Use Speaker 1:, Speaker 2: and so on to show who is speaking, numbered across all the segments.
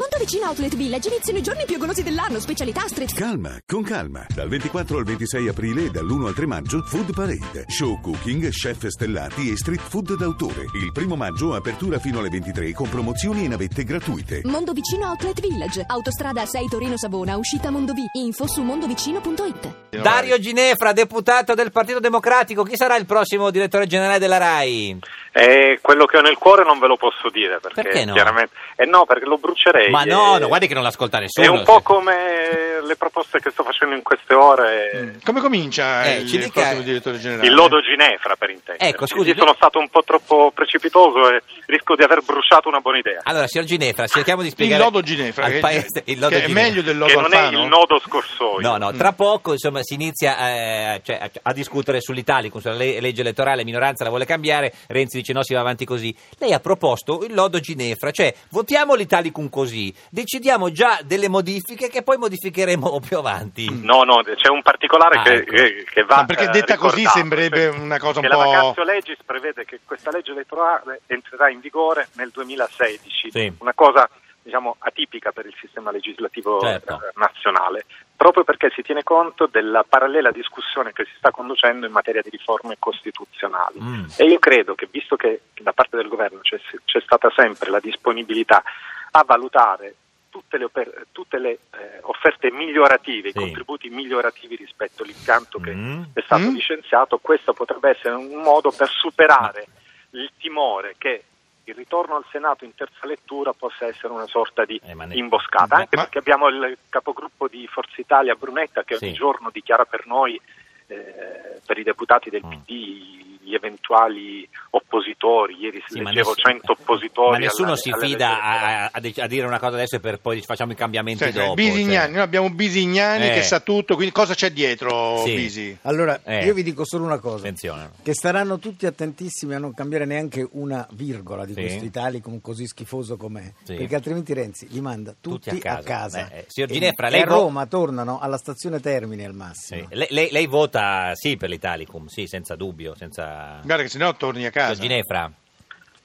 Speaker 1: Officina Outlet Village iniziano i giorni più golosi dell'anno, specialità street
Speaker 2: Calma, con calma. Dal 24 al 26 aprile e dall'1 al 3 maggio, Food Parade, show cooking, chef stellati e street food d'autore. Il primo maggio apertura fino alle 23 con promozioni e navette gratuite.
Speaker 1: Mondovicino Outlet Village, autostrada 6 Torino Savona, uscita Mondovì, info su mondovicino.it.
Speaker 3: Dario Ginefra, deputato del Partito Democratico, chi sarà il prossimo direttore generale della RAI?
Speaker 4: Eh, quello che ho nel cuore non ve lo posso dire perché,
Speaker 3: Perché no?
Speaker 4: chiaramente. Eh no, perché lo brucerei.
Speaker 3: Ma no,
Speaker 4: eh,
Speaker 3: no, guardi che cioè. non l'ascolta
Speaker 4: È
Speaker 3: nessuno.
Speaker 4: un po' come le proposte che sto facendo in queste ore.
Speaker 5: Mm. Come comincia
Speaker 3: Eh,
Speaker 5: il
Speaker 3: ci dica-
Speaker 5: prossimo direttore generale?
Speaker 4: Il lodo Ginefra, per intendere.
Speaker 3: Ecco, scusi,
Speaker 4: Io sono stato un po' troppo precipitoso e rischio di aver bruciato una buona
Speaker 5: Ah,
Speaker 4: idea.
Speaker 3: Allora, signor Ginefra, cerchiamo di
Speaker 5: Il
Speaker 3: spiegare
Speaker 5: lodo Ginefra,
Speaker 3: al
Speaker 5: che,
Speaker 3: paese il lodo
Speaker 5: che è
Speaker 3: Ginefra.
Speaker 5: meglio Mm. del lodo
Speaker 4: Che non è
Speaker 5: Alfano?
Speaker 4: il nodo scorsoio.
Speaker 3: No, no, tra poco insomma, si inizia eh, cioè, a, a discutere sull'Italicum, sulla le- legge elettorale, minoranza la vuole cambiare, Renzi dice no, si va avanti così. Lei ha proposto il lodo Ginefra, cioè votiamo l'Italicum così, decidiamo già delle modifiche che poi modificheremo più avanti.
Speaker 4: No, no, c'è un particolare
Speaker 3: Ah,
Speaker 4: che,
Speaker 3: ecco.
Speaker 4: che- che va.
Speaker 5: Ma perché
Speaker 4: eh,
Speaker 5: detta così
Speaker 4: ricordato,
Speaker 5: sembrerebbe
Speaker 4: cioè,
Speaker 5: una cosa un
Speaker 4: che
Speaker 5: po'-
Speaker 4: La vacazio legis prevede che questa legge elettorale entrerà in vigore nel 2016,
Speaker 3: Sì.
Speaker 4: una cosa diciamo atipica per il sistema legislativo
Speaker 3: Certo.
Speaker 4: eh, nazionale, proprio perché si tiene conto della parallela discussione che si sta conducendo in materia di riforme costituzionali.
Speaker 3: Mm.
Speaker 4: E io credo che, visto che da parte del governo c'è, c'è stata sempre la disponibilità a valutare tutte le, oper- tutte le, eh, offerte migliorative,
Speaker 3: Sì.
Speaker 4: i contributi migliorativi rispetto all'impianto che
Speaker 3: Mm.
Speaker 4: è stato
Speaker 5: Mm.
Speaker 4: licenziato, questo potrebbe essere un modo per superare il timore che il ritorno al Senato in terza lettura possa essere una sorta di
Speaker 3: Eh, ma ne-
Speaker 4: imboscata, anche
Speaker 5: Ma-
Speaker 4: perché abbiamo il capogruppo di Forza Italia Brunetta che
Speaker 3: Sì.
Speaker 4: ogni giorno dichiara per noi, eh, per i deputati del
Speaker 3: Mm.
Speaker 4: PD, gli eventuali oppositori, ieri
Speaker 3: Sì, ma
Speaker 4: leggevo
Speaker 3: nessuno-
Speaker 4: 100 oppositori.
Speaker 3: ma nessuno
Speaker 4: alla-
Speaker 3: si
Speaker 4: alle
Speaker 3: fida
Speaker 4: elezioni.
Speaker 3: a, a- a dire una cosa adesso e per poi facciamo i cambiamenti
Speaker 5: Cioè,
Speaker 3: dopo.
Speaker 5: Bisignani,
Speaker 3: cioè.
Speaker 5: noi abbiamo Bisignani
Speaker 3: Eh.
Speaker 5: che sa tutto, quindi cosa c'è dietro
Speaker 3: Sì.
Speaker 5: Bisi?
Speaker 6: Allora,
Speaker 3: Eh.
Speaker 6: io vi dico solo una cosa.
Speaker 3: Attenzione.
Speaker 6: Che staranno tutti attentissimi a non cambiare neanche una virgola di
Speaker 3: Sì.
Speaker 6: questo Italicum così schifoso com'è.
Speaker 3: Sì.
Speaker 6: Perché altrimenti Renzi li manda tutti,
Speaker 3: a casa.
Speaker 6: a casa.
Speaker 3: Eh, eh, signor
Speaker 6: E-
Speaker 3: Ginefra,
Speaker 6: e
Speaker 3: lei
Speaker 6: a
Speaker 3: vo-
Speaker 6: Roma tornano alla stazione Termini al massimo.
Speaker 3: Sì. Lei, lei- lei vota sì per l'Italicum, sì, senza dubbio, senza...
Speaker 5: Guarda che sennò torni a
Speaker 3: Signor
Speaker 5: casa.
Speaker 3: Ginefra.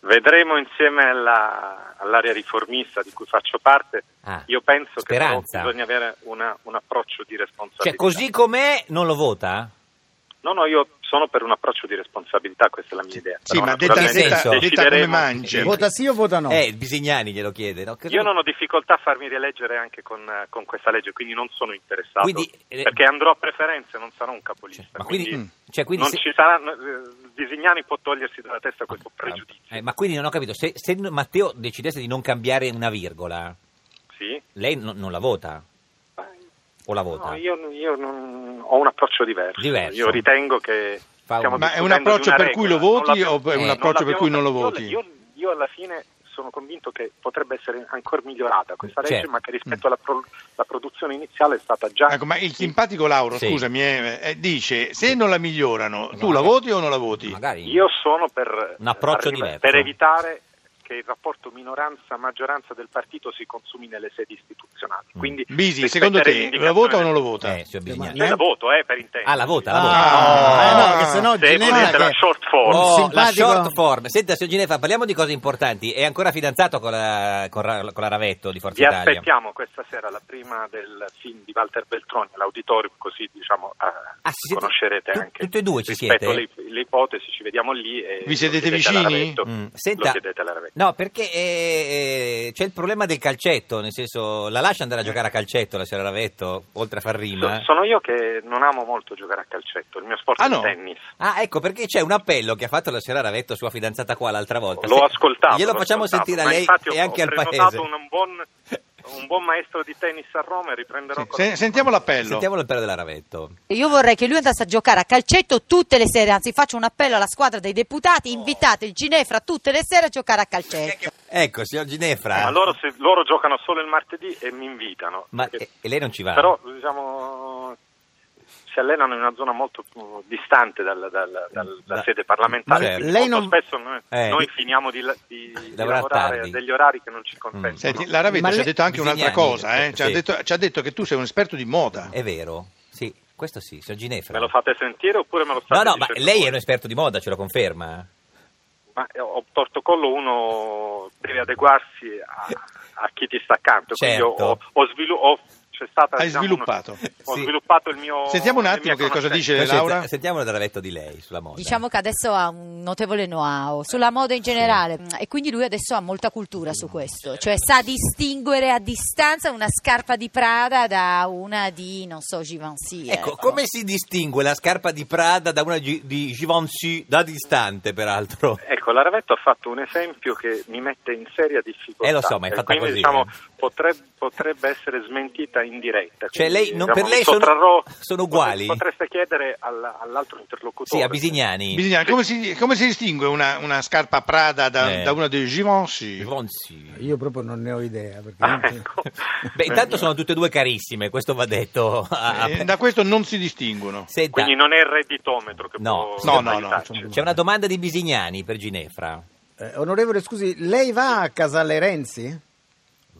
Speaker 4: Vedremo insieme alla- all'area riformista di cui faccio parte.
Speaker 3: Ah,
Speaker 4: Io penso
Speaker 3: speranza.
Speaker 4: che però bisogna avere una- un approccio di responsabilità.
Speaker 3: Cioè, così com'è non lo vota?
Speaker 4: No, no, io sono per un approccio di responsabilità, questa è la mia idea.
Speaker 5: Sì,
Speaker 4: Però,
Speaker 5: ma detta-
Speaker 4: naturalmente,
Speaker 3: detta- detta
Speaker 4: decideremo-
Speaker 5: come mangi.
Speaker 4: Sì.
Speaker 6: Vota sì o vota no?
Speaker 3: Eh, Bisignani glielo chiede. no? Che-
Speaker 4: Io non ho difficoltà a farmi rieleggere anche con, eh, con questa legge, quindi non sono interessato.
Speaker 3: Quindi, eh,
Speaker 4: perché andrò a preferenze, non sarò un capolista.
Speaker 3: Cioè, ma quindi-
Speaker 6: Mm.
Speaker 4: quindi
Speaker 3: cioè, quindi
Speaker 4: non
Speaker 3: se-
Speaker 4: ci saranno. eh, Disignani può togliersi dalla testa questo pregiudizio.
Speaker 3: Eh, ma quindi non ho capito, se, se Matteo decidesse di non cambiare una virgola,
Speaker 4: Sì.
Speaker 3: lei non- non la vota? O la vota?
Speaker 4: Ah, No, io io non- ho un approccio diverso.
Speaker 3: Diverso.
Speaker 4: Io ritengo che.
Speaker 3: Fa
Speaker 4: stiamo
Speaker 3: un-
Speaker 5: Ma è un
Speaker 4: discutendo
Speaker 5: approccio
Speaker 4: di una
Speaker 5: per cui lo
Speaker 4: regola.
Speaker 5: voti
Speaker 4: Non l'abbiamo-
Speaker 5: o è
Speaker 3: un
Speaker 4: non
Speaker 5: approccio per
Speaker 4: l'abbiamo
Speaker 5: cui non lo
Speaker 4: capito.
Speaker 5: voti?
Speaker 4: Io, io alla fine sono convinto che potrebbe essere ancora migliorata questa legge,
Speaker 3: Certo.
Speaker 4: ma che rispetto alla, pro- alla produzione iniziale è stata già.
Speaker 5: Mm. Ecco, ma il simpatico Lauro,
Speaker 3: Sì.
Speaker 5: scusami, eh, eh, dice se non la migliorano, tu la voti o non la voti?
Speaker 3: Magari.
Speaker 4: Io sono per,
Speaker 3: Un approccio diverso.
Speaker 4: per evitare che il rapporto minoranza-maggioranza del partito si consumi nelle sedi istituzionali.
Speaker 3: Mm.
Speaker 4: Quindi,
Speaker 5: Bisi, secondo te
Speaker 4: rispetterei
Speaker 5: la vota o non lo
Speaker 4: l'indicazione-
Speaker 5: vota?
Speaker 3: Eh, signor
Speaker 6: Ma-
Speaker 3: Bisignani.
Speaker 4: Se la voto, eh, per intendere.
Speaker 3: Ah, la vota, la
Speaker 6: Ah,
Speaker 3: vota.
Speaker 5: Ah.
Speaker 6: eh no, che sennò
Speaker 4: Se
Speaker 6: Ginevra
Speaker 4: volete la
Speaker 6: che-
Speaker 4: short form.
Speaker 3: Oh, la
Speaker 6: simpatico.
Speaker 3: short form. Senta, signor Ginefra, parliamo di cose importanti. È ancora fidanzato con la, con Ra- con la Ravetto di Forza
Speaker 4: Vi
Speaker 3: Italia.
Speaker 4: aspettiamo questa sera la prima del film di Walter Beltroni all'auditorium, così diciamo eh,
Speaker 3: Ah, ci siete-
Speaker 4: conoscerete
Speaker 3: tu-
Speaker 4: anche.
Speaker 3: tutti e due ci
Speaker 4: rispetto
Speaker 3: siete?
Speaker 4: alle- alle ipotesi, ci vediamo lì. E
Speaker 5: Vi
Speaker 4: lo
Speaker 5: siete
Speaker 4: chiedete alla
Speaker 5: vicini?
Speaker 4: Ravetto.
Speaker 3: Mm,
Speaker 4: Lo
Speaker 3: Senta,
Speaker 4: chiedete alla Ravetto.
Speaker 3: no, perché eh, eh, c'è il problema del calcetto, nel senso, la lascia andare a giocare a calcetto la signora Ravetto, oltre a far rima? eh?
Speaker 4: So- sono io che non amo molto giocare a calcetto, il mio sport
Speaker 5: Ah,
Speaker 4: è il
Speaker 5: no?
Speaker 4: tennis.
Speaker 3: Ah, ecco perché c'è un appello che ha fatto la signora Ravetto, sua fidanzata qua l'altra volta.
Speaker 4: L'ho
Speaker 3: Se-
Speaker 4: ascoltato.
Speaker 3: Glielo
Speaker 4: l'ho
Speaker 3: facciamo
Speaker 4: ascoltato,
Speaker 3: sentire a
Speaker 4: ma
Speaker 3: lei
Speaker 4: infatti ho-
Speaker 3: e anche
Speaker 4: ho
Speaker 3: al paese.
Speaker 4: prenotato un buon, un buon maestro di tennis a Roma e riprenderò
Speaker 5: Sì.
Speaker 4: con
Speaker 5: Se- sentiamo l'appello.
Speaker 3: Sentiamo l'appello della Ravetto.
Speaker 7: Io vorrei che lui andasse a giocare a calcetto tutte le sere, anzi faccio un appello alla squadra dei deputati, invitate il Ginefra tutte le sere a giocare a calcetto.
Speaker 3: Ecco, signor Ginefra.
Speaker 4: Ma loro, se- loro giocano solo il martedì e mi invitano.
Speaker 3: Ma-
Speaker 4: Perché-
Speaker 3: e, e lei non ci va?
Speaker 4: Però diciamo si allenano in una zona molto più distante dalla dal- dal- dalla
Speaker 3: Da-
Speaker 4: sede parlamentare.
Speaker 3: Certo.
Speaker 4: quindi
Speaker 6: Lei
Speaker 4: molto
Speaker 6: non-
Speaker 4: spesso noi,
Speaker 3: Eh,
Speaker 4: noi
Speaker 3: di-
Speaker 4: finiamo di, la- di- di
Speaker 3: lavorare
Speaker 4: lavorare
Speaker 3: tardi. Mm.
Speaker 4: a degli orari che non ci consentono.
Speaker 5: Senti, la Ravetto
Speaker 6: Ma
Speaker 5: ci ha
Speaker 6: le-
Speaker 5: detto anche un'altra
Speaker 3: Bisignani,
Speaker 5: cosa, eh. ci, ha
Speaker 3: sì.
Speaker 5: detto, ci ha detto che tu sei un esperto di moda.
Speaker 3: È vero? Sì, questo sì, signor Ginefra.
Speaker 4: Me lo fate sentire oppure me lo
Speaker 3: eh. No,
Speaker 4: state
Speaker 3: no, ma
Speaker 4: dicendo
Speaker 3: lei
Speaker 4: certo voi?
Speaker 3: è un esperto di moda, ce lo conferma?
Speaker 4: Ma eh, ho torto collo uno deve adeguarsi a- a chi ti sta accanto. Quindi
Speaker 3: Certo.
Speaker 4: ho, ho svilu- ho- c'è stata,
Speaker 5: Hai
Speaker 4: diciamo,
Speaker 5: sviluppato.
Speaker 4: Ho
Speaker 3: Sì.
Speaker 4: sviluppato il mio.
Speaker 5: Sentiamo un
Speaker 4: le
Speaker 5: attimo
Speaker 4: mie
Speaker 5: che cosa
Speaker 4: conoscenze.
Speaker 5: dice
Speaker 3: Poi senta-
Speaker 5: Eh, Laura?
Speaker 3: Sentiamo una davetta di lei sulla moda.
Speaker 7: Diciamo che adesso ha un notevole know-how sulla moda in generale e quindi lui adesso ha molta cultura su questo, cioè sa distinguere a distanza una scarpa di Prada da una di, non so, Givenchy.
Speaker 3: Ecco, come si distingue la scarpa di Prada da una gi- di Givenchy da distante, peraltro?
Speaker 4: Ecco, la Ravetto ha fatto un esempio che mi mette in seria difficoltà.
Speaker 3: Eh, lo so, ma è
Speaker 4: E
Speaker 3: fatta
Speaker 4: quindi,
Speaker 3: così,
Speaker 4: Diciamo,
Speaker 3: eh.
Speaker 4: potrebbe, potrebbe essere smentita in diretta.
Speaker 3: Cioè,
Speaker 4: quindi,
Speaker 3: lei- non-
Speaker 4: diciamo,
Speaker 3: per lei
Speaker 4: mi
Speaker 3: sono-
Speaker 4: sottrarrò-
Speaker 3: sono uguali?
Speaker 4: Potreste chiedere alla- all'altro interlocutore.
Speaker 3: Sì, a Bisignani.
Speaker 5: Bisogna- come, si, come si distingue una, una scarpa Prada da,
Speaker 3: Eh.
Speaker 5: da una dei Givenchy?
Speaker 4: Eh,
Speaker 3: Givenchy.
Speaker 6: Io proprio non ne ho idea. Perché
Speaker 4: Ah,
Speaker 6: non-
Speaker 4: ecco.
Speaker 3: Beh, intanto sono tutte e due carissime, questo va detto. Ah,
Speaker 5: Eh,
Speaker 3: ah,
Speaker 5: da questo non si distinguono.
Speaker 3: senta,
Speaker 4: Quindi non è il redditometro che
Speaker 3: No.
Speaker 4: può
Speaker 5: No, no, no,
Speaker 4: aiutarci.
Speaker 6: insomma.
Speaker 3: c'è una domanda di Bisignani per Ginefra.
Speaker 6: Eh, onorevole, scusi, lei va a Casale Renzi?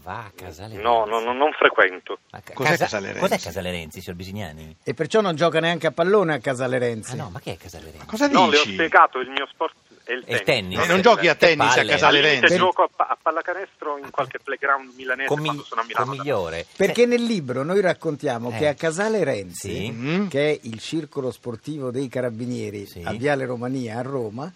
Speaker 3: Va a Casale
Speaker 4: No,
Speaker 3: Renzi.
Speaker 4: no, no, non frequento.
Speaker 3: Ma ca-
Speaker 5: Cos'è
Speaker 3: casa-
Speaker 5: Casale Renzi?
Speaker 3: Cos'è Casale Renzi, signor Bisignani?
Speaker 6: E perciò non gioca neanche a pallone a Casale Renzi?
Speaker 3: Ah no, ma che è Casale Renzi?
Speaker 5: Cosa
Speaker 4: No, le ho
Speaker 5: dici?
Speaker 4: spiegato, il mio sport è il
Speaker 3: È il
Speaker 4: tennis.
Speaker 3: tennis.
Speaker 5: Eh, non giochi a
Speaker 3: Che
Speaker 5: tennis a
Speaker 3: palle. eh.
Speaker 5: Casale
Speaker 4: Al limite
Speaker 5: Renzi.
Speaker 4: gioco a, pa- a pallacanestro in qualche playground milanese
Speaker 3: Con, mi-
Speaker 4: quando sono a Milano.
Speaker 3: con migliore.
Speaker 6: Perché nel libro noi raccontiamo
Speaker 3: Eh.
Speaker 6: che a Casale Renzi,
Speaker 3: Sì.
Speaker 5: Mm.
Speaker 6: che è il circolo sportivo dei carabinieri
Speaker 3: Sì.
Speaker 6: a Viale Romania a Roma,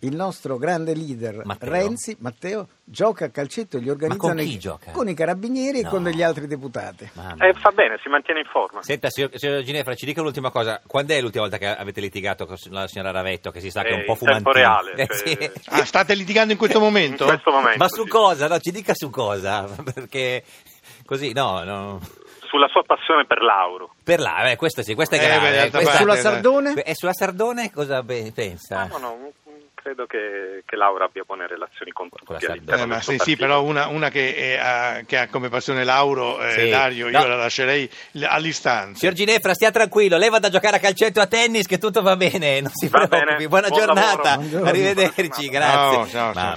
Speaker 6: il nostro grande leader
Speaker 3: Matteo.
Speaker 6: Renzi, Matteo, gioca a calcetto e gli organizzano
Speaker 3: con chi
Speaker 6: i-
Speaker 3: gioca?
Speaker 6: con i carabinieri
Speaker 3: No.
Speaker 6: e con degli altri deputati.
Speaker 3: Mamma
Speaker 4: Eh, fa bene, si mantiene in forma.
Speaker 3: Senta, signor, signor Ginefra, ci dica l'ultima cosa. Quando è l'ultima volta che avete litigato con la signora Ravetto, che si sa che è un
Speaker 4: Eh,
Speaker 3: po'
Speaker 4: in tempo
Speaker 3: fumantina?
Speaker 4: reale,
Speaker 3: Eh,
Speaker 4: cioè-
Speaker 3: sì.
Speaker 5: Ah, state litigando in questo
Speaker 4: In
Speaker 5: momento?
Speaker 4: questo momento.
Speaker 3: Ma su
Speaker 4: sì.
Speaker 3: cosa? No, ci dica su cosa, perché così, no, no.
Speaker 4: Sulla sua passione per l'auro.
Speaker 3: Per là, beh, questa sì, questa è
Speaker 5: Eh, beh,
Speaker 3: grave.
Speaker 5: d'altra
Speaker 3: questa-
Speaker 5: parte-
Speaker 6: Sulla Sardone?
Speaker 3: Beh, E sulla Sardone cosa be- pensa?
Speaker 4: Ah, no, no, mm, credo che, che Laura abbia buone relazioni con tutti.
Speaker 3: Con la
Speaker 4: all'interno
Speaker 5: Eh,
Speaker 4: del
Speaker 5: ma
Speaker 4: suo
Speaker 5: sì, sì,
Speaker 4: partito.
Speaker 5: però una, una che, è- ha, che ha come passione Lauro, eh,
Speaker 3: Sì.
Speaker 5: Dario,
Speaker 3: No.
Speaker 5: io la lascerei l- all'istanza.
Speaker 3: Signor Ginefra, stia tranquillo, lei vada a giocare a calcetto e a tennis che tutto va bene, non si
Speaker 4: Va
Speaker 3: preoccupi.
Speaker 4: bene,
Speaker 3: Buona
Speaker 4: buon
Speaker 3: giornata,
Speaker 4: lavoro.
Speaker 6: Buongiorno.
Speaker 3: arrivederci,
Speaker 4: Ciao,
Speaker 3: grazie.
Speaker 5: ciao, ciao.
Speaker 3: Ma-